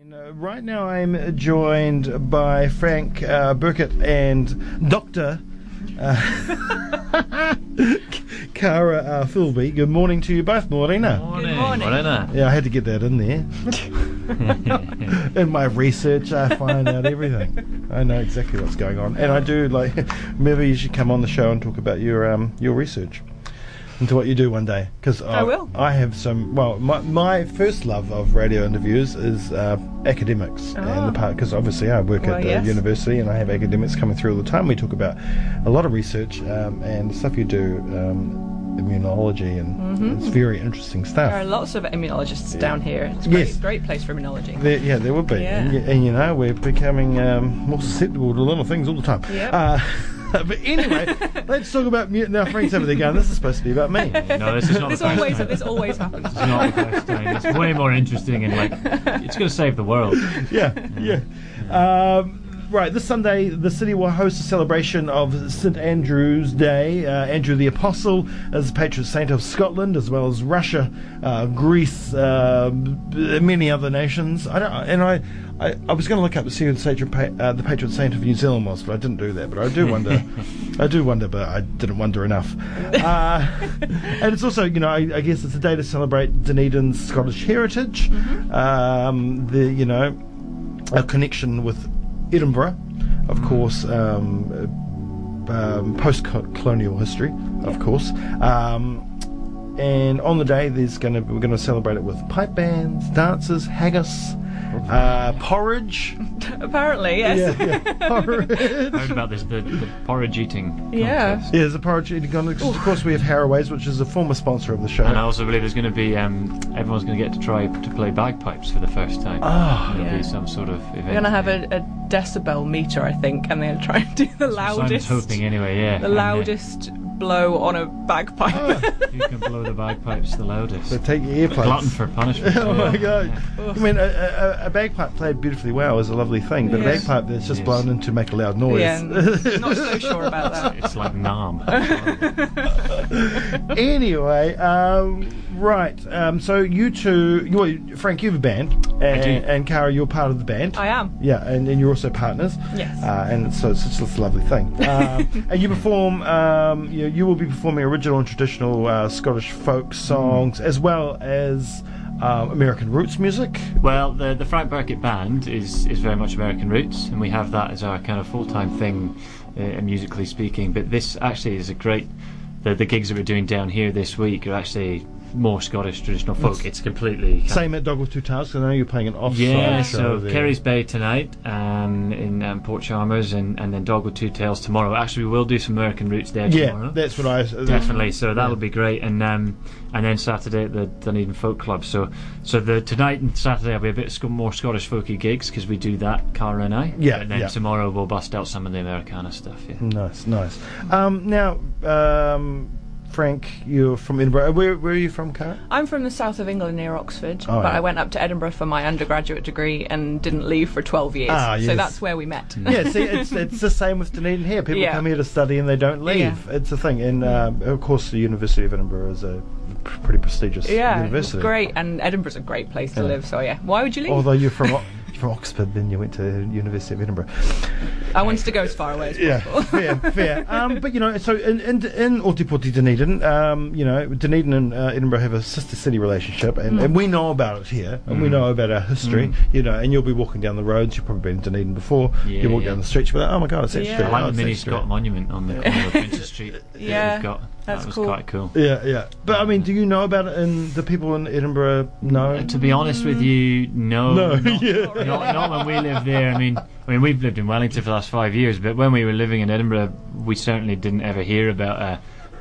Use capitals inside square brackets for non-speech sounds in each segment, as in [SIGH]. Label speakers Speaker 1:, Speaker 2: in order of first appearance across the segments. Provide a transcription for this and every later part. Speaker 1: Uh, Right now, I'm joined by Frank uh, Burkett and Doctor uh, [LAUGHS] Cara uh, Philby. Good morning to you both, Morena.
Speaker 2: Good morning.
Speaker 3: Morena.
Speaker 1: Yeah, I had to get that in there. In my research, I find out everything. I know exactly what's going on, and I do like. [LAUGHS] Maybe you should come on the show and talk about your um, your research into what you do one day, because I
Speaker 2: will.
Speaker 1: I have some. Well, my, my first love of radio interviews is uh, academics, and the
Speaker 2: Ah.
Speaker 1: part because obviously I work
Speaker 2: Well,
Speaker 1: at the
Speaker 2: yes.
Speaker 1: university and I have academics coming through all the time. We talk about a lot of research um, and stuff you do. Um, Immunology and
Speaker 2: Mm-hmm.
Speaker 1: it's very interesting stuff.
Speaker 2: There are lots of immunologists down here. It's a great,
Speaker 1: Yes.
Speaker 2: great place for immunology.
Speaker 1: There, yeah, there would be.
Speaker 2: Yeah.
Speaker 1: And, y- and you know, we're becoming um, more susceptible to little things all the time.
Speaker 2: Yep.
Speaker 1: Uh, [LAUGHS] but
Speaker 2: [LAUGHS]
Speaker 1: anyway, let's talk about mute. Now, Frank's over there going, this is supposed to be about me.
Speaker 3: No, this is not
Speaker 2: This
Speaker 3: the first
Speaker 2: always,
Speaker 3: time.
Speaker 2: this always happens.
Speaker 3: It's not the first time. It's
Speaker 2: [LAUGHS]
Speaker 3: way more interesting and like it's going to save the world.
Speaker 1: [LAUGHS] yeah, yeah. Um, right, this Sunday, the city will host a celebration of St Andrew's Day. Uh, Andrew the Apostle is the patron saint of Scotland, as well as Russia, uh, Greece, uh, b- many other nations. I don't, and I, I, I was going to look up to see who the patron, pa- uh, the patron saint of New Zealand was, but I didn't do that. But I do wonder, I do wonder, but I didn't wonder enough. Uh, [LAUGHS] and it's also, you know, I, I guess it's a day to celebrate Dunedin's Scottish heritage.
Speaker 3: Mm-hmm.
Speaker 1: Um, the, you know, a connection with Edinburgh, of
Speaker 3: Mm.
Speaker 1: course, um, um, post colonial history, of course. Um, and on the day, there's gonna we're gonna celebrate it with pipe bands, dances, haggis, uh, porridge.
Speaker 3: [LAUGHS]
Speaker 2: Apparently, yes. [LAUGHS]
Speaker 1: yeah. porridge.
Speaker 3: I heard about this the, the porridge eating
Speaker 2: Yeah.
Speaker 3: contest.
Speaker 1: Yeah, there's a porridge eating contest. Of course, we have Harroways, which is a former sponsor of the show.
Speaker 3: And I also believe there's going to be um, everyone's going to get to try to play bagpipes for the first time.
Speaker 1: Ah.
Speaker 3: It'll
Speaker 2: Yeah.
Speaker 3: be some sort of event.
Speaker 2: We're going to have a, a decibel meter, I think, and they're going to try and do the
Speaker 3: Simon's
Speaker 2: loudest,
Speaker 3: hoping anyway. Yeah.
Speaker 2: the
Speaker 3: And, uh,
Speaker 2: loudest blow on a bagpipe.
Speaker 3: Who Ah, can blow the bagpipes the loudest?
Speaker 1: So take your earplugs.
Speaker 3: Glutton for punishment.
Speaker 1: [LAUGHS] Oh my
Speaker 3: Yeah.
Speaker 1: god! I mean, a, a, a bagpipe played beautifully well is a lovely thing, but
Speaker 2: Yes.
Speaker 1: a bagpipe that's just
Speaker 3: Yes.
Speaker 1: blown in to make a loud noise.
Speaker 2: [LAUGHS] yeah, not so sure
Speaker 3: [LAUGHS]
Speaker 2: about that.
Speaker 3: It's like
Speaker 2: [LAUGHS]
Speaker 3: Nam.
Speaker 1: [LAUGHS] anyway, um, right. Um, so you two, you, well, Frank, you have a band, and,
Speaker 3: do.
Speaker 1: and Cara, you're part of the band.
Speaker 2: I am.
Speaker 1: Yeah, and, and you're also partners.
Speaker 2: Yes.
Speaker 1: Uh, and so it's just a lovely
Speaker 2: [LAUGHS]
Speaker 1: thing. Um, and you perform, um, you, you will be performing original and traditional uh, Scottish folk songs as well as um, American roots music.
Speaker 3: Well, the the Frank Burkett band is is very much American roots, and we have that as our kind of full time thing, uh, musically speaking. But this actually is a great. The, the gigs that we're doing down here this week are actually more Scottish traditional folk. It's completely kind
Speaker 1: Same at Dog with Two Tails, 'cause I know you're playing an off
Speaker 3: yeah,
Speaker 1: show
Speaker 3: so
Speaker 1: there.
Speaker 3: Kerry's Bay tonight um, in um, Port Chalmers, and, and then Dog with Two Tails tomorrow. Actually, we will do some American roots there
Speaker 1: Yeah,
Speaker 3: tomorrow.
Speaker 1: that's what I. uh, Definitely.
Speaker 3: Definitely, so that'll be great, and um, and then Saturday at the Dunedin Folk Club. So, so the tonight and Saturday will be a bit sc- more Scottish folky gigs because we do that, Cara and I.
Speaker 1: Yeah,
Speaker 3: and then
Speaker 1: yeah.
Speaker 3: tomorrow we'll bust out some of the Americana stuff. Yeah.
Speaker 1: Nice, nice. Um, now, um, Frank, you're from Edinburgh. Uh, Where, where are you from,
Speaker 2: [LAUGHS]
Speaker 1: Cara?
Speaker 2: I'm from the south of England near Oxford,
Speaker 1: Oh,
Speaker 2: but
Speaker 1: yeah.
Speaker 2: I went up to Edinburgh for my undergraduate degree and didn't leave for 12 years.
Speaker 1: Ah,
Speaker 2: So
Speaker 1: yes.
Speaker 2: that's where we met.
Speaker 3: Mm.
Speaker 1: yeah, see, it's, it's the same with Dunedin here. People
Speaker 2: Yeah.
Speaker 1: come here to study and they don't leave.
Speaker 2: Yeah.
Speaker 1: It's a thing. And um, of course, the University of Edinburgh is a pr- pretty prestigious
Speaker 2: Yeah,
Speaker 1: university.
Speaker 2: great, and Edinburgh's a great place to
Speaker 1: Yeah.
Speaker 2: live. So yeah, why would you leave?
Speaker 1: Although you're from, O- [LAUGHS] from Oxford, then you went to University of Edinburgh.
Speaker 2: I wanted to go as far away as
Speaker 1: Yeah, [LAUGHS]
Speaker 2: possible.
Speaker 1: fair, fair. Um, but you know, so in in, in Otipoti, Dunedin, um, you know, Dunedin and uh, Edinburgh have a sister city relationship, and,
Speaker 3: Mm.
Speaker 1: and we know about it here, and we know about our history. You know, and you'll be walking down the roads. You've probably been to Dunedin before.
Speaker 3: Yeah,
Speaker 1: you walk
Speaker 3: yeah.
Speaker 1: down the streets, but oh my god, it's that
Speaker 2: Yeah.
Speaker 1: street.
Speaker 3: I like
Speaker 1: oh,
Speaker 3: the
Speaker 1: it's
Speaker 3: mini
Speaker 1: that street.
Speaker 3: Scott monument on the corner of Princess Street. that
Speaker 2: Yeah,
Speaker 3: we've got.
Speaker 2: that's
Speaker 3: that was
Speaker 2: cool.
Speaker 3: quite cool.
Speaker 1: Yeah, yeah. But I mean, do you know about it? And the people in Edinburgh know.
Speaker 3: Uh, to be honest
Speaker 2: Mm.
Speaker 3: with you, no,
Speaker 1: No, [LAUGHS]
Speaker 3: not,
Speaker 1: yeah.
Speaker 3: not, not when we lived there. I mean, I mean, we've lived in Wellington for the last five years, but when we were living in Edinburgh, we certainly didn't ever hear about a,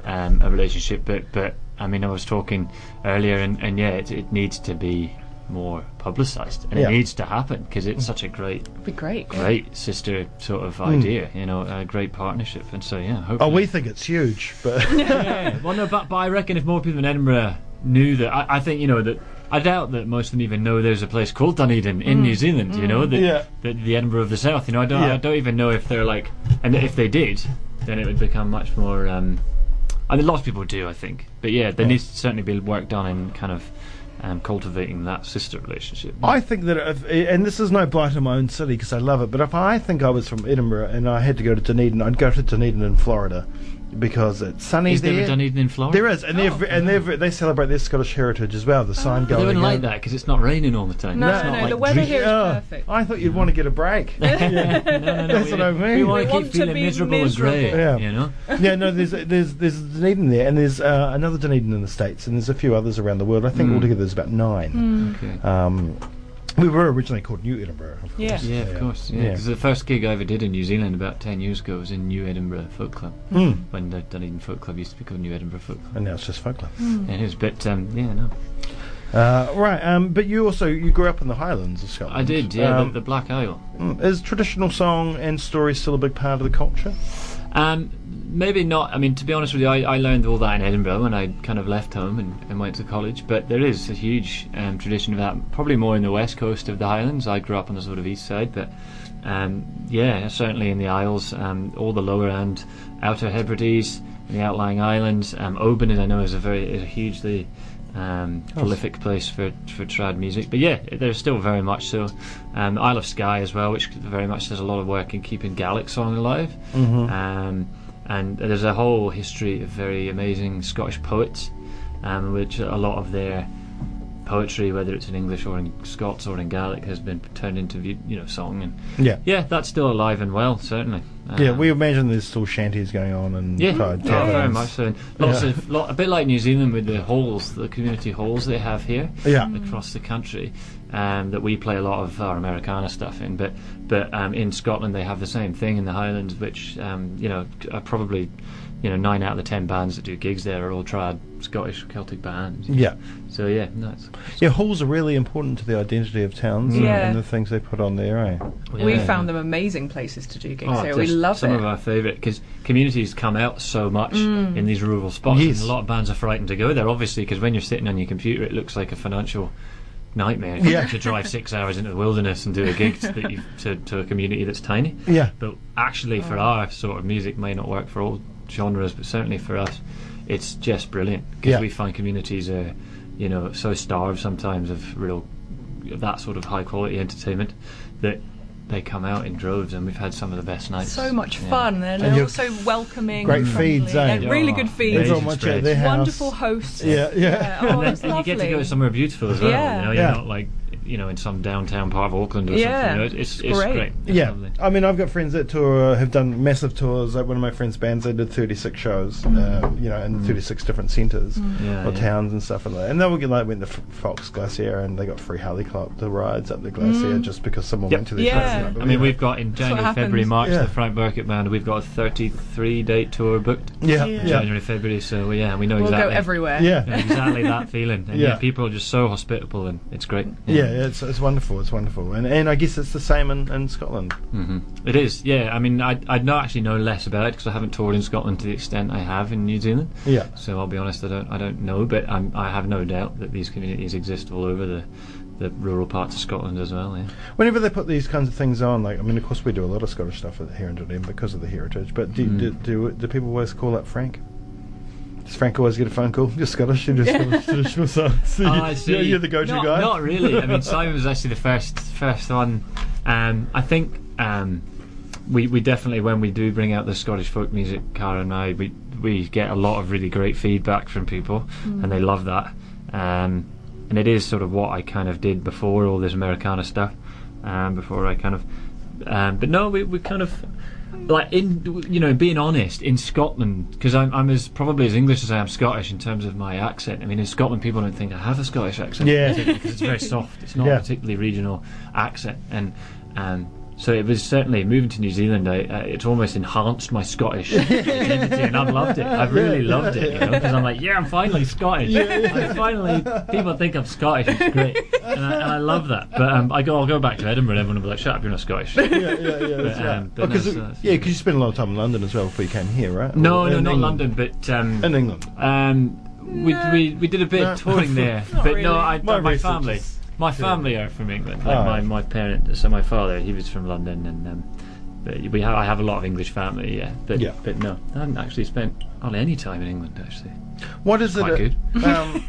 Speaker 3: um, a relationship. But, but I mean, I was talking earlier, and, and yeah, it, it needs to be more publicised, and
Speaker 1: Yeah.
Speaker 3: it needs to happen because it's such a great,
Speaker 2: It'd be great.
Speaker 3: great sister sort of idea, you know, a great partnership. And so, yeah,
Speaker 1: Oh,
Speaker 3: hopefully.
Speaker 1: Hmm. we think it's huge,
Speaker 3: [LAUGHS]
Speaker 1: but
Speaker 3: Yeah, well, no, but, but I reckon if more people in Edinburgh knew that, I, I think you know that. I doubt that most of them even know there's a place called Dunedin
Speaker 4: Mm.
Speaker 3: in New Zealand. You know, that
Speaker 1: Yeah.
Speaker 3: the, the Edinburgh of the South. You know, I don't,
Speaker 1: Yeah.
Speaker 3: I don't even know if they're like, and if they did, then it would become much more. Um, I mean, lots of people do, I think, but yeah, there needs to certainly be work done in kind of um, cultivating that sister relationship.
Speaker 1: I think that, if, and this is no blight on my own city because I love it, but if I think I was from Edinburgh and I had to go to Dunedin, I'd go to Dunedin in Florida because it's sunny
Speaker 3: Is
Speaker 1: there.
Speaker 3: there a Dunedin in Florida?
Speaker 1: There is, and they're, ve- and they're, ve- they celebrate their Scottish heritage as well. The sign
Speaker 3: But
Speaker 1: going.
Speaker 3: Oh. they wouldn't
Speaker 1: in.
Speaker 3: like that because it's not raining all the time.
Speaker 4: No,
Speaker 3: It's
Speaker 4: no,
Speaker 3: not
Speaker 4: no,
Speaker 3: like
Speaker 4: the weather
Speaker 3: dream-
Speaker 4: here is
Speaker 1: Oh,
Speaker 4: perfect.
Speaker 1: I thought you'd want to get
Speaker 4: [LAUGHS]
Speaker 1: a break. yeah.
Speaker 3: [LAUGHS] No, no,
Speaker 1: That's
Speaker 3: we-
Speaker 1: what I mean.
Speaker 3: We want
Speaker 4: We
Speaker 3: to
Speaker 4: want
Speaker 3: keep
Speaker 4: to
Speaker 3: feeling
Speaker 4: be
Speaker 3: miserable, and grey.
Speaker 1: miserable. Yeah.
Speaker 3: You know.
Speaker 1: yeah, no, there's there's there's Dunedin there, and there's uh, another Dunedin in the states, and there's a few others around the world. I
Speaker 3: Hmm.
Speaker 1: think altogether there's about nine.
Speaker 3: Okay.
Speaker 4: Hmm.
Speaker 1: Um, we were originally called New Edinburgh. Of course.
Speaker 2: Yeah.
Speaker 3: Yeah, of course. Yeah,
Speaker 1: Yeah.
Speaker 3: because the first gig I ever did in New Zealand about ten years ago was in New Edinburgh Folk Club
Speaker 1: Mm.
Speaker 3: when the Dunedin Folk Club used to be called New Edinburgh Folk Club.
Speaker 1: And now it's just folk club.
Speaker 3: And it was, but um, yeah, no,
Speaker 1: Uh, right, um, but you also you grew up in the Highlands of Scotland.
Speaker 3: I did. Yeah,
Speaker 1: Um,
Speaker 3: the, the Black Isle.
Speaker 1: mm, is traditional song and story still a big part of the culture?
Speaker 3: Um, maybe not. I mean, to be honest with you, I, I learned all that in Edinburgh when I kind of left home and, and went to college. But there is a huge um, tradition of that, probably more in the west coast of the Highlands. I grew up on the sort of east side, but um, yeah, certainly in the Isles, um, all the lower and outer Hebrides, the outlying islands. Um, Oban, I know, is a very is a hugely um, prolific place for for trad music. But yeah, there's still very much so. Um, Isle of Skye as well, which very much does a lot of work in keeping Gaelic song alive. Um, and there's a whole history of very amazing Scottish poets, um, which a lot of their poetry, whether it's in English or in Scots or in Gaelic, has been turned into you know song and
Speaker 1: Yeah.
Speaker 3: yeah, that's still alive and well, certainly.
Speaker 1: Yeah,
Speaker 3: Um,
Speaker 1: we imagine there's still shanties going on and
Speaker 3: yeah,
Speaker 1: tied
Speaker 3: yeah, very
Speaker 1: taverns.
Speaker 3: much so. And Lots
Speaker 1: Yeah.
Speaker 3: of, lot, a bit like New Zealand with the halls, the community halls they have here
Speaker 1: Yeah.
Speaker 2: Mm.
Speaker 3: across the country, um, that we play a lot of our Americana stuff in. But but um, in Scotland they have the same thing in the Highlands, which um, you know c- are probably you know nine out of the ten bands that do gigs there are all trad Scottish Celtic bands.
Speaker 1: Yeah,
Speaker 3: So yeah, that's
Speaker 1: yeah. Halls are really important to the identity of towns and-
Speaker 2: Yeah.
Speaker 1: and the things they put on there. Eh?
Speaker 2: We found them amazing places to do gigs
Speaker 3: Oh,
Speaker 2: here. We
Speaker 3: just
Speaker 2: love
Speaker 3: some
Speaker 2: it. Mm.
Speaker 3: of our favourite because communities come out so much in these rural spots,
Speaker 1: Yes.
Speaker 3: and a lot of bands are frightened to go there. Obviously, because when you're sitting on your computer, it looks like a financial nightmare
Speaker 1: Yeah.
Speaker 3: to drive six hours into the wilderness and do a gig to, that you've, to, to a community that's tiny.
Speaker 1: Yeah.
Speaker 3: But actually,
Speaker 2: Oh.
Speaker 3: for our sort of music, may not work for all genres, but certainly for us, it's just brilliant because
Speaker 1: Yeah.
Speaker 3: we find communities are, you know, so starved sometimes of real of that sort of high quality entertainment that they come out in droves, and we've had some of the best nights.
Speaker 2: so much
Speaker 3: Yeah.
Speaker 2: fun, and,
Speaker 1: And
Speaker 2: they're
Speaker 1: you're-
Speaker 2: also welcoming.
Speaker 1: Great
Speaker 2: and friendly,
Speaker 1: feeds, eh?
Speaker 2: and really
Speaker 3: Yeah.
Speaker 2: good
Speaker 1: There's
Speaker 2: feeds.
Speaker 1: not
Speaker 3: Asian
Speaker 1: much at
Speaker 3: spreads.
Speaker 1: their house.
Speaker 2: Wonderful hosts.
Speaker 1: Yeah, yeah.
Speaker 2: Yeah, oh,
Speaker 3: and
Speaker 2: it's
Speaker 3: then [LAUGHS] you get to
Speaker 2: lovely.
Speaker 3: go somewhere beautiful as well.
Speaker 2: Yeah.
Speaker 3: You know, you're
Speaker 1: Yeah.
Speaker 3: not like you know in some downtown part of Auckland or
Speaker 2: Yeah.
Speaker 3: something. You know, it's, it's,
Speaker 2: It's
Speaker 3: great.
Speaker 2: great.
Speaker 3: It's
Speaker 1: Yeah,
Speaker 3: lovely.
Speaker 1: I mean, I've got friends that tour have done massive tours. Like one of my friends' bands, they did 36 shows, uh, you know, in 36 different centres
Speaker 3: Yeah,
Speaker 1: or
Speaker 3: yeah.
Speaker 1: towns and stuff like that. And they would get like went to F- Fox Glacier and they got free helicopter rides up the glacier just because someone
Speaker 3: Yep.
Speaker 1: went to their
Speaker 2: Yeah.
Speaker 1: shows.
Speaker 3: I mean, we've got in
Speaker 2: what
Speaker 3: January,
Speaker 2: happens.
Speaker 3: February, March,
Speaker 1: Yeah.
Speaker 3: the Frank Burkett band. We've got a 33 date tour booked.
Speaker 1: yeah,
Speaker 2: Yeah.
Speaker 1: yeah, yeah.
Speaker 3: January, February. So yeah, we know
Speaker 2: We'll
Speaker 3: exactly.
Speaker 2: go everywhere.
Speaker 1: yeah.
Speaker 3: exactly that feeling. And
Speaker 1: Yeah.
Speaker 3: yeah. people are just so hospitable, and it's great.
Speaker 1: it's, it's wonderful. It's wonderful, and and I guess it's the same in, in Scotland.
Speaker 3: hmm It is, yeah. I mean, I I know, actually know less about it because I haven't toured in Scotland to the extent I have in New Zealand.
Speaker 1: Yeah.
Speaker 3: So I'll be honest, I don't I don't know, but I'm, I have no doubt that these communities exist all over the the rural parts of Scotland
Speaker 1: [LAUGHS]
Speaker 3: as well. Yeah.
Speaker 1: Whenever they put these kinds of things on, like I mean, of course we do a lot of Scottish stuff here in Dunedin because of the heritage. But do do,
Speaker 3: Mm.
Speaker 1: do do people always call up Frank? Does Frank always get a phone call? [LAUGHS] You're Scottish, you
Speaker 3: [LAUGHS]
Speaker 1: just Scottish traditional song. So you,
Speaker 3: Oh,
Speaker 1: [LAUGHS]
Speaker 3: I
Speaker 1: You're,
Speaker 3: see.
Speaker 1: you're the go-to
Speaker 3: not,
Speaker 1: guy.
Speaker 3: Not really. I
Speaker 1: [LAUGHS]
Speaker 3: mean, Simon was actually the first first one. Um, I think um, we we definitely when we do bring out the Scottish folk music, Cara and I, we we get a lot of really great feedback from people, and they love that. Um, and it is sort of what I kind of did before all this Americana stuff. Um, before I kind of, um, but no, we we kind of. Like in you know being honest in Scotland because I'm I'm as probably as English as I am Scottish in terms of my accent. I mean in Scotland people don't think I have a Scottish accent [LAUGHS]
Speaker 1: Yeah.
Speaker 3: because it's very soft. It's not
Speaker 1: Yeah.
Speaker 3: a particularly regional accent, and um, so it was certainly moving to New Zealand. I, uh, it's almost enhanced my Scottish identity, and I've loved it. I've really loved it, you know, because I'm like, yeah, I'm finally Scottish. I'm finally, people think I'm Scottish. It's great, and I, and I love that. But um, I go, I'll go back to Edinburgh, and everyone will be like, shut up, you're not Scottish.
Speaker 1: Yeah, yeah, yeah. That's
Speaker 3: But,
Speaker 1: right.
Speaker 3: um, but
Speaker 1: because
Speaker 3: no,
Speaker 1: it-
Speaker 3: so that's-
Speaker 1: yeah, 'cause you spent a lot of time in London as well before you came here, right?
Speaker 3: No,
Speaker 1: Or
Speaker 3: no,
Speaker 1: in
Speaker 3: not
Speaker 1: England.
Speaker 3: London, but um,
Speaker 1: In England.
Speaker 3: Um, we, we we did a bit
Speaker 1: No.
Speaker 3: of
Speaker 1: [LAUGHS]
Speaker 3: touring there,
Speaker 2: Not
Speaker 3: but no,
Speaker 2: really.
Speaker 3: I,
Speaker 1: My
Speaker 3: my,
Speaker 1: research
Speaker 3: family,
Speaker 1: is-
Speaker 3: my family are from England. Like
Speaker 1: Oh.
Speaker 3: my my parent, so my father, he was from London, and um, but we have I have a lot of English family, yeah. But
Speaker 1: Yeah.
Speaker 3: but no, I haven't actually spent hardly any time in England actually. [LAUGHS]
Speaker 1: What is
Speaker 3: quite
Speaker 1: it? uh, Um,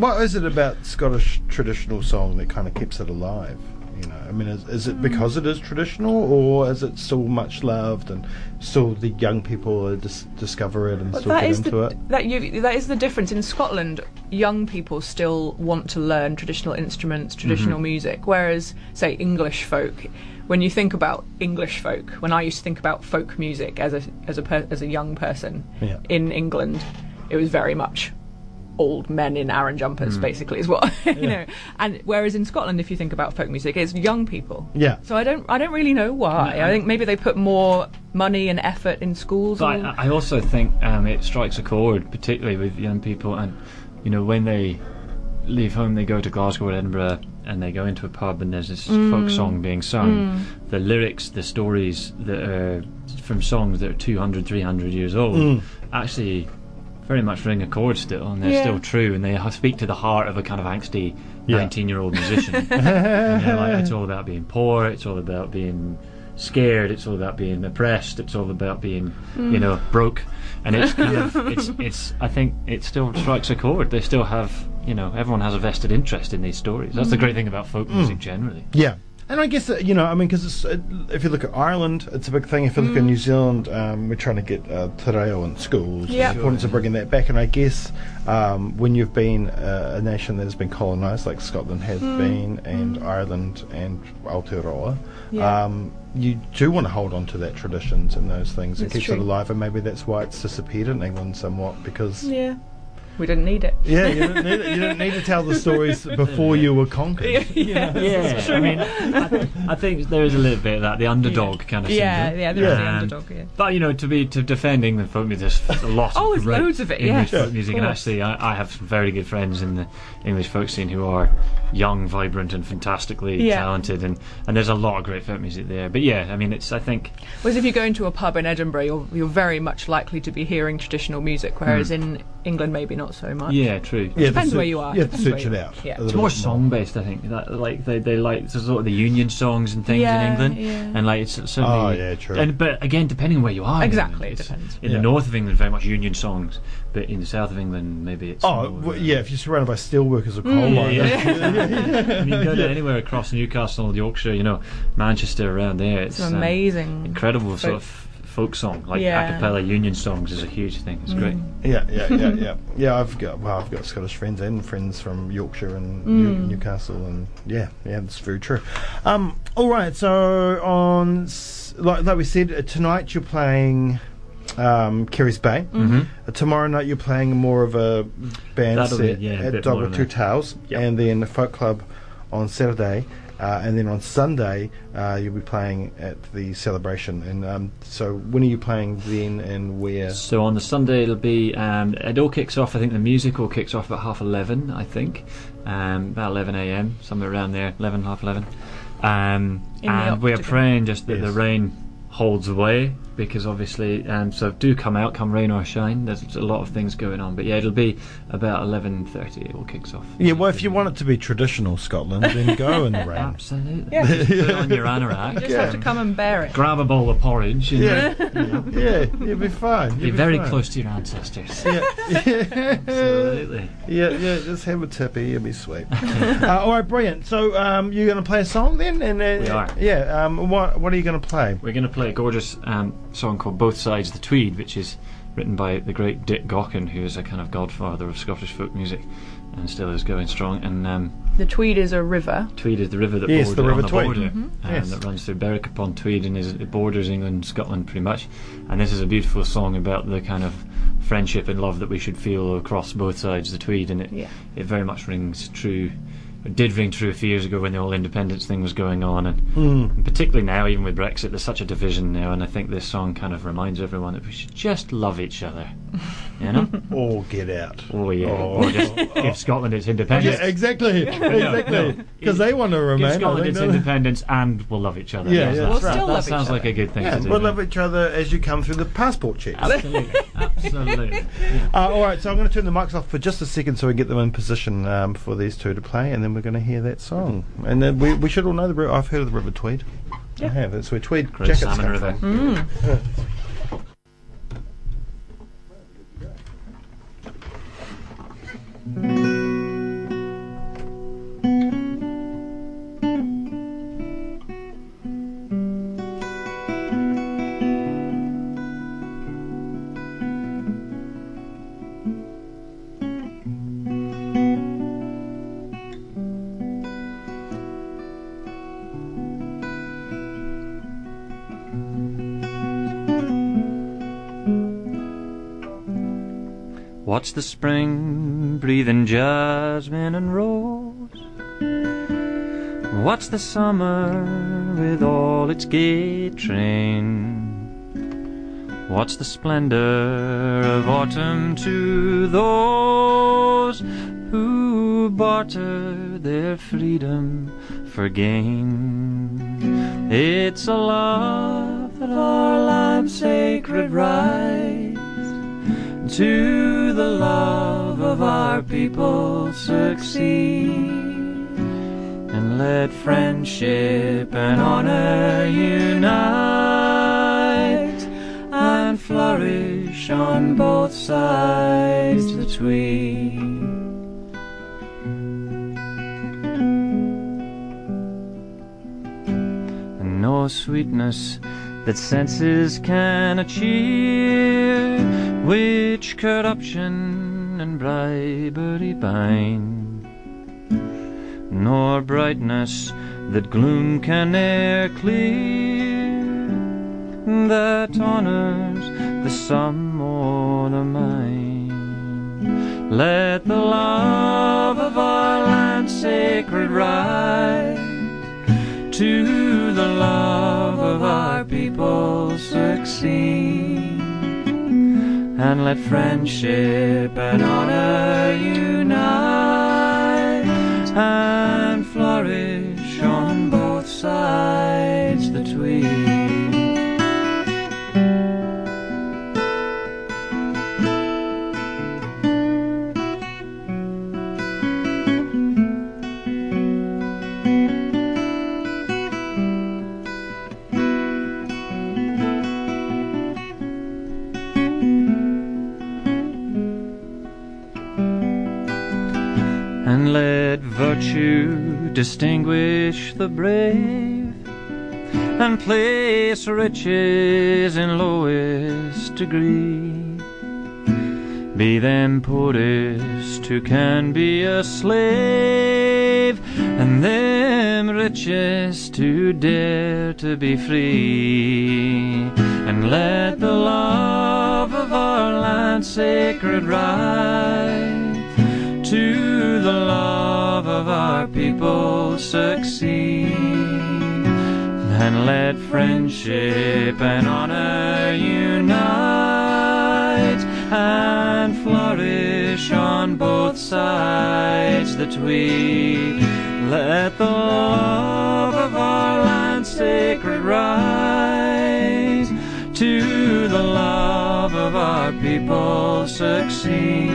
Speaker 1: What is it about Scottish traditional song that kind of keeps it alive? You know, I mean, is, is it because it is traditional, or is it still much loved and still the young people are dis- discover it and
Speaker 2: But
Speaker 1: still
Speaker 2: that
Speaker 1: get
Speaker 2: is
Speaker 1: into
Speaker 2: the
Speaker 1: it?
Speaker 2: that you that is the difference in Scotland. Young people still want to learn traditional instruments,
Speaker 1: Mm-hmm.
Speaker 2: traditional music, whereas say English folk, when you think about English folk, when I used to think about folk music as a as a per, as a young person
Speaker 1: Yeah.
Speaker 2: in England, it was very much old men in Aaron
Speaker 1: Mm.
Speaker 2: jumpers, basically, is what [LAUGHS] you know. And whereas in Scotland, if you think about folk music, it's young people.
Speaker 1: Yeah.
Speaker 2: So I don't I don't really know why. I think maybe they put more money and effort in schools.
Speaker 3: But
Speaker 2: and-
Speaker 3: I, I also think um, it strikes a chord, particularly with young people, and you know when they leave home, they go to Glasgow or Edinburgh, and they go into a pub, and there's this folk song being sung. The lyrics, the stories that are from songs that are 200, 300 years old, actually very much ring a chord still, and they're
Speaker 2: Yeah.
Speaker 3: still true, and they ha- speak to the heart of a kind of angsty
Speaker 1: Yeah.
Speaker 3: nineteen-year-old [LAUGHS] musician. You know, like, it's all about being poor. It's all about being scared. It's all about being oppressed. It's all about being, you
Speaker 2: Mm.
Speaker 3: know, broke. And it's kind [LAUGHS] of, it's, it's. I think it still strikes a chord. They still have, you know, everyone has a vested interest in these stories. That's the great thing about folk music generally.
Speaker 1: Yeah. And I guess, uh, you know, I mean, because it, if you look at Ireland, it's a big thing. If you
Speaker 2: Mm.
Speaker 1: look at New Zealand, um, we're trying to get uh, te reo in schools.
Speaker 2: Yeah.
Speaker 1: The importance of bringing that back. And I guess um, when you've been uh, a nation that has been colonised, like Scotland has
Speaker 2: Mm.
Speaker 1: been, and Ireland and Aotearoa,
Speaker 2: Yeah.
Speaker 1: um, you do want to hold on to that traditions and those things.
Speaker 2: That's
Speaker 1: it keeps
Speaker 2: true.
Speaker 1: it alive, and maybe that's why it's disappeared in England somewhat because. Yeah.
Speaker 2: Yeah. We didn't need it.
Speaker 1: you didn't need, it- you didn't need to tell the stories before you were
Speaker 3: [LAUGHS]
Speaker 1: conquered.
Speaker 2: [LAUGHS] yeah.
Speaker 3: Yeah, I mean, I, th- I think there is a little bit of that, the
Speaker 2: [LAUGHS]
Speaker 3: underdog kind of
Speaker 2: Yeah,
Speaker 3: syndrome.
Speaker 2: yeah, there is the
Speaker 3: Um,
Speaker 2: underdog, yeah.
Speaker 3: But you know, to be to defending the folk music, there's a lot.
Speaker 2: Oh,
Speaker 3: of
Speaker 2: there's
Speaker 3: great
Speaker 2: loads of it,
Speaker 3: English
Speaker 2: yeah.
Speaker 3: folk music, and
Speaker 2: course.
Speaker 3: actually, I, I have some very good friends in the English folk scene who are young, vibrant, and fantastically
Speaker 2: Yeah.
Speaker 3: talented, and and there's a lot of great folk music there. But yeah, I mean, it's I think
Speaker 2: Whereas if you go into a pub in Edinburgh, you're, you're very much likely to be hearing traditional music, whereas in England, maybe not so much.
Speaker 3: Hmm. yeah, true.
Speaker 1: Yeah,
Speaker 2: Depends
Speaker 1: the
Speaker 2: where
Speaker 1: se-
Speaker 2: you are,
Speaker 1: You have to
Speaker 2: depends where
Speaker 1: search
Speaker 2: you
Speaker 1: it
Speaker 2: are.
Speaker 1: out.
Speaker 2: Yeah.
Speaker 1: a
Speaker 3: It's
Speaker 1: little
Speaker 3: more
Speaker 1: bit
Speaker 3: song based, I think. That, like they, they like there's sort of the union songs and things
Speaker 2: Yeah,
Speaker 3: in England,
Speaker 2: yeah.
Speaker 3: and like it's certainly.
Speaker 1: Oh, yeah, true.
Speaker 3: And but again, depending where you are, in
Speaker 2: Exactly,
Speaker 3: England,
Speaker 2: it
Speaker 3: it's-
Speaker 2: depends.
Speaker 3: In
Speaker 1: Yeah.
Speaker 3: the north of England, very much union songs, but in the south of England, maybe it's.
Speaker 1: Oh,
Speaker 3: more,
Speaker 1: well,
Speaker 3: uh,
Speaker 1: yeah, if you're surrounded by steelworkers or coal
Speaker 2: Mm.
Speaker 3: Yeah,
Speaker 1: miners. [LAUGHS]
Speaker 3: yeah. I mean, go to anywhere across Newcastle, Yorkshire, you know, Manchester, around there. It's,
Speaker 2: It's
Speaker 3: um,
Speaker 2: amazing.
Speaker 3: incredible sort
Speaker 2: folk-
Speaker 3: of f- folk song, like
Speaker 2: Yeah. Mm.
Speaker 3: a cappella union songs is a huge thing. It's great.
Speaker 1: Yeah, yeah, yeah, yeah. Yeah, I've got well, I've got Scottish friends and friends from Yorkshire and New, Newcastle, and yeah, yeah, that's very true.
Speaker 5: Um, all right, so on s- like, like we said uh, tonight you're playing
Speaker 1: Um, Kerry's Bay. Uh, tomorrow night you're playing more of a band
Speaker 3: Mm-hmm. That'll be-
Speaker 1: set
Speaker 3: yeah, a
Speaker 1: at
Speaker 3: bit
Speaker 1: Dog
Speaker 3: more
Speaker 1: with
Speaker 3: of
Speaker 1: Two
Speaker 3: a-
Speaker 1: Tails,
Speaker 3: Yep.
Speaker 1: and then the Folk Club on Saturday. Uh, and then on Sunday, uh, you'll be playing at the celebration. And um, so, when are you playing then, and where?
Speaker 3: So on the Sunday it'll be. Um, it all kicks off. I think the musical kicks off at half eleven. I think um, about eleven a.m. somewhere around there. Eleven, half eleven. Um,
Speaker 2: In the
Speaker 3: and we are
Speaker 2: Octagon.
Speaker 3: praying just that the
Speaker 1: Yes.
Speaker 3: rain holds away because obviously. Um, so do come out, come rain or shine. There's a lot of things going on, but yeah, it'll be about eleven thirty. It all kicks off.
Speaker 1: Yeah, well, if you want it to be traditional Scotland, then go in the rain.
Speaker 3: Um, Absolutely.
Speaker 2: Yeah.
Speaker 3: Just put on your anorak.
Speaker 2: [LAUGHS]
Speaker 3: Um,
Speaker 2: You just have to come and bear it.
Speaker 3: Grab a bowl of porridge. And
Speaker 1: Yeah, yeah, you'll be fine. You'll
Speaker 3: Be
Speaker 1: be
Speaker 3: very
Speaker 1: fine.
Speaker 3: close to your
Speaker 2: [LAUGHS]
Speaker 3: ancestors.
Speaker 1: Yeah,
Speaker 3: Absolutely.
Speaker 1: [LAUGHS] yeah, yeah. Just have a tippy, you'll be
Speaker 3: [LAUGHS]
Speaker 1: sweet.
Speaker 5: Uh, all right, brilliant. So um, you're going to play a song then, and uh,
Speaker 3: We are.
Speaker 5: yeah. Um, what what are you going to play?
Speaker 3: We're going to play a gorgeous um, song called Both Sides of the Tweed, which is written by the great Dick Gawkin, who is a kind of godfather of Scottish folk music and still is going strong. And um,
Speaker 2: The Tweed is
Speaker 3: [LAUGHS]
Speaker 2: a river.
Speaker 3: Tweed is the river that
Speaker 1: Yes,
Speaker 3: borders
Speaker 1: the River
Speaker 3: on the
Speaker 1: Tweed.
Speaker 3: border um,
Speaker 1: Yes.
Speaker 3: that runs through Berwick upon Tweed and is, it borders England and Scotland pretty much. And this is a beautiful song about the kind of friendship and love that we should feel across both sides of the Tweed. And it,
Speaker 2: Yeah.
Speaker 3: it very much rings true. It did ring true a few years ago when the whole independence thing was going on, and,
Speaker 1: Hmm.
Speaker 3: and particularly now, even with Brexit, there's such a division now. And I think this song kind of reminds everyone that we should just love each other, you know?
Speaker 1: Or get out.
Speaker 3: oh yeah,
Speaker 1: Oh.
Speaker 3: or just give Scotland its independence.
Speaker 1: Yeah, exactly, [LAUGHS] exactly. Because they want to
Speaker 3: Give
Speaker 1: remain.
Speaker 3: Scotland
Speaker 1: I
Speaker 3: its
Speaker 1: think, don't they?
Speaker 3: independence, and we'll love each other.
Speaker 1: Yeah,
Speaker 3: How's
Speaker 1: yeah,
Speaker 3: that?
Speaker 1: We'll
Speaker 3: that,
Speaker 2: still love each
Speaker 3: sounds like
Speaker 2: other.
Speaker 3: a good thing
Speaker 1: Yeah,
Speaker 3: to do.
Speaker 1: we'll
Speaker 3: yeah.
Speaker 1: love each other as you come through the passport checks. Uh,
Speaker 3: Absolutely, absolutely.
Speaker 1: all right, so I'm going to turn the mics off for just a second so we get them in position um, for these two to play, and then we're going to hear that song. And then we, we should all know the river. I've heard of the River Tweed. I have. That's where Tweed
Speaker 3: Great
Speaker 1: jackets
Speaker 3: salmon
Speaker 1: come
Speaker 3: river.
Speaker 1: from.
Speaker 3: Watch the spring breathing jasmine and rose. Watch the summer with all its gay train. Watch the splendor of autumn to those who barter their freedom for gain. It's a love that our lime's sacred rites to the love of our people succeed. And let friendship and honor unite and flourish on both sides between. and no sweetness that senses can achieve, which corruption and bribery bind, nor brightness that gloom can e'er clear, that honors the sum or the mine. Let the love of our land sacred rise to the love of our people succeed. And let friendship and honor unite and flourish on both sides the tweed. and let virtue distinguish the brave, and place riches in lowest degree. Be them poorest who can be a slave, and them richest who dare to be free. And let the love of our land sacred rise to the love of our people succeed. And let friendship and honor unite and flourish on both sides the Tweed. Let the love of our land sacred rise to the love of our people succeed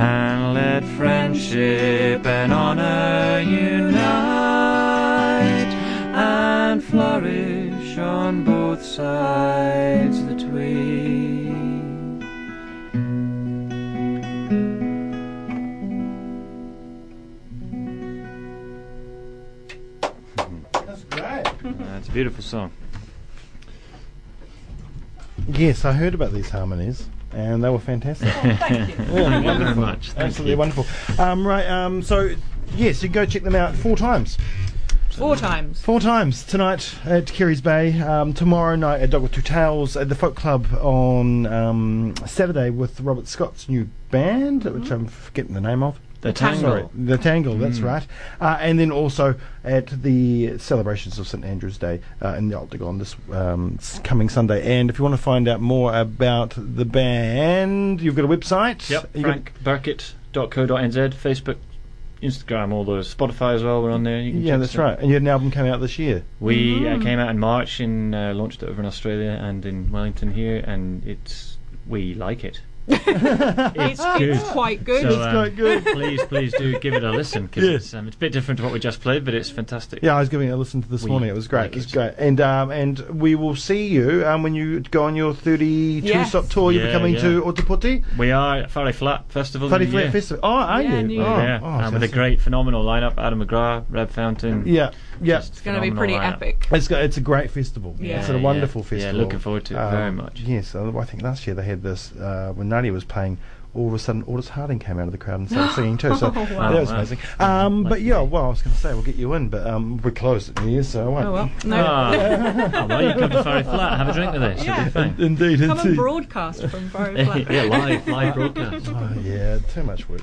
Speaker 3: and let friendship and honor unite and flourish on both sides the Tweed.
Speaker 1: That's great.
Speaker 3: That's a beautiful song.
Speaker 1: Yes, I heard about these harmonies, and they were fantastic.
Speaker 2: [LAUGHS] Oh, Thank you.
Speaker 1: Yeah,
Speaker 3: Thank you very
Speaker 1: wonderful.
Speaker 3: much. Thank
Speaker 1: Absolutely
Speaker 3: you.
Speaker 1: wonderful. Um, right, um, so yes, you can go check them out four times.
Speaker 2: Four times.
Speaker 1: Four times tonight at Kerry's Bay. Um, tomorrow night at Dog with Two Tails at the Folk Club on um, Saturday with Robert Scott's new band, which I'm forgetting the name of.
Speaker 3: The
Speaker 1: Sorry,
Speaker 3: Tangle.
Speaker 1: the Tangle. That's
Speaker 3: Mm.
Speaker 1: right. Uh, and then also at the celebrations of St Andrew's Day uh, in the Octagon this um, s- coming Sunday. And if you want to find out more about the band, you've got a website.
Speaker 3: Yep,
Speaker 1: You got-
Speaker 3: frankburkett.co.nz, Facebook, Instagram, all those. Spotify as well, we're on there. You can
Speaker 1: Yeah,
Speaker 3: check
Speaker 1: that's
Speaker 3: us out.
Speaker 1: right. And you had an album coming out this year.
Speaker 3: We uh,
Speaker 1: Mm.
Speaker 3: came out in March and uh, launched it over in Australia and in Wellington here, and it's we like
Speaker 2: [LAUGHS]
Speaker 3: it.
Speaker 2: It's,
Speaker 3: It's good.
Speaker 2: it's quite good.
Speaker 3: So, um,
Speaker 1: quite good.
Speaker 3: please, please do give it a listen because
Speaker 1: Yeah.
Speaker 3: it's, um, it's a bit different to what we just played, but it's fantastic.
Speaker 1: Yeah, I was giving it a listen to this
Speaker 3: We
Speaker 1: morning. It was great.
Speaker 3: like
Speaker 1: it was
Speaker 3: it.
Speaker 1: great. And um, and we will see you um, when you go on your 32
Speaker 2: Yes.
Speaker 1: stop tour. You'll be
Speaker 3: Yeah,
Speaker 1: coming to
Speaker 3: yeah.
Speaker 1: Otaputi,
Speaker 3: We are at Farley Flat Festival.
Speaker 1: Paddy
Speaker 3: in
Speaker 1: Flat
Speaker 3: Year.
Speaker 1: Festival. Oh, are
Speaker 2: Yeah,
Speaker 1: you?
Speaker 2: New
Speaker 1: Oh,
Speaker 2: Year.
Speaker 3: yeah,
Speaker 1: oh,
Speaker 3: and with
Speaker 1: so-
Speaker 3: a great, phenomenal lineup: Adam McGrath, Reb Fountain,
Speaker 1: Yeah.
Speaker 6: Yeah.
Speaker 3: Just
Speaker 6: It's
Speaker 2: going to be
Speaker 3: phenomenal
Speaker 2: pretty
Speaker 3: lineup.
Speaker 2: epic.
Speaker 6: It's got, it's a great festival.
Speaker 2: Yeah.
Speaker 6: It's
Speaker 2: Yeah,
Speaker 6: a
Speaker 3: yeah.
Speaker 6: wonderful
Speaker 3: Yeah,
Speaker 6: festival.
Speaker 3: looking forward to it very much.
Speaker 1: Yes, uh, I think last year they had this uh, when Nadia was playing. All of a sudden, Aldous Harding came out of the crowd and
Speaker 2: [GASPS]
Speaker 1: started singing too. So
Speaker 2: Oh, wow.
Speaker 1: that was
Speaker 3: Wow.
Speaker 1: amazing. Um, but
Speaker 3: Lucky
Speaker 1: yeah,
Speaker 3: me.
Speaker 1: well, I was going to say we'll get you in, but um, we're closed at New Year's, so I won't.
Speaker 2: Oh well, no.
Speaker 3: Oh. oh, well, you come to Furry Flat, have a drink with us.
Speaker 2: Yeah.
Speaker 3: It'll be fun.
Speaker 6: Indeed,
Speaker 2: Come and
Speaker 6: indeed.
Speaker 2: broadcast
Speaker 3: [LAUGHS]
Speaker 2: from Borough Flat. [LAUGHS]
Speaker 3: yeah, live, live broadcast.
Speaker 1: Oh, yeah, too much work.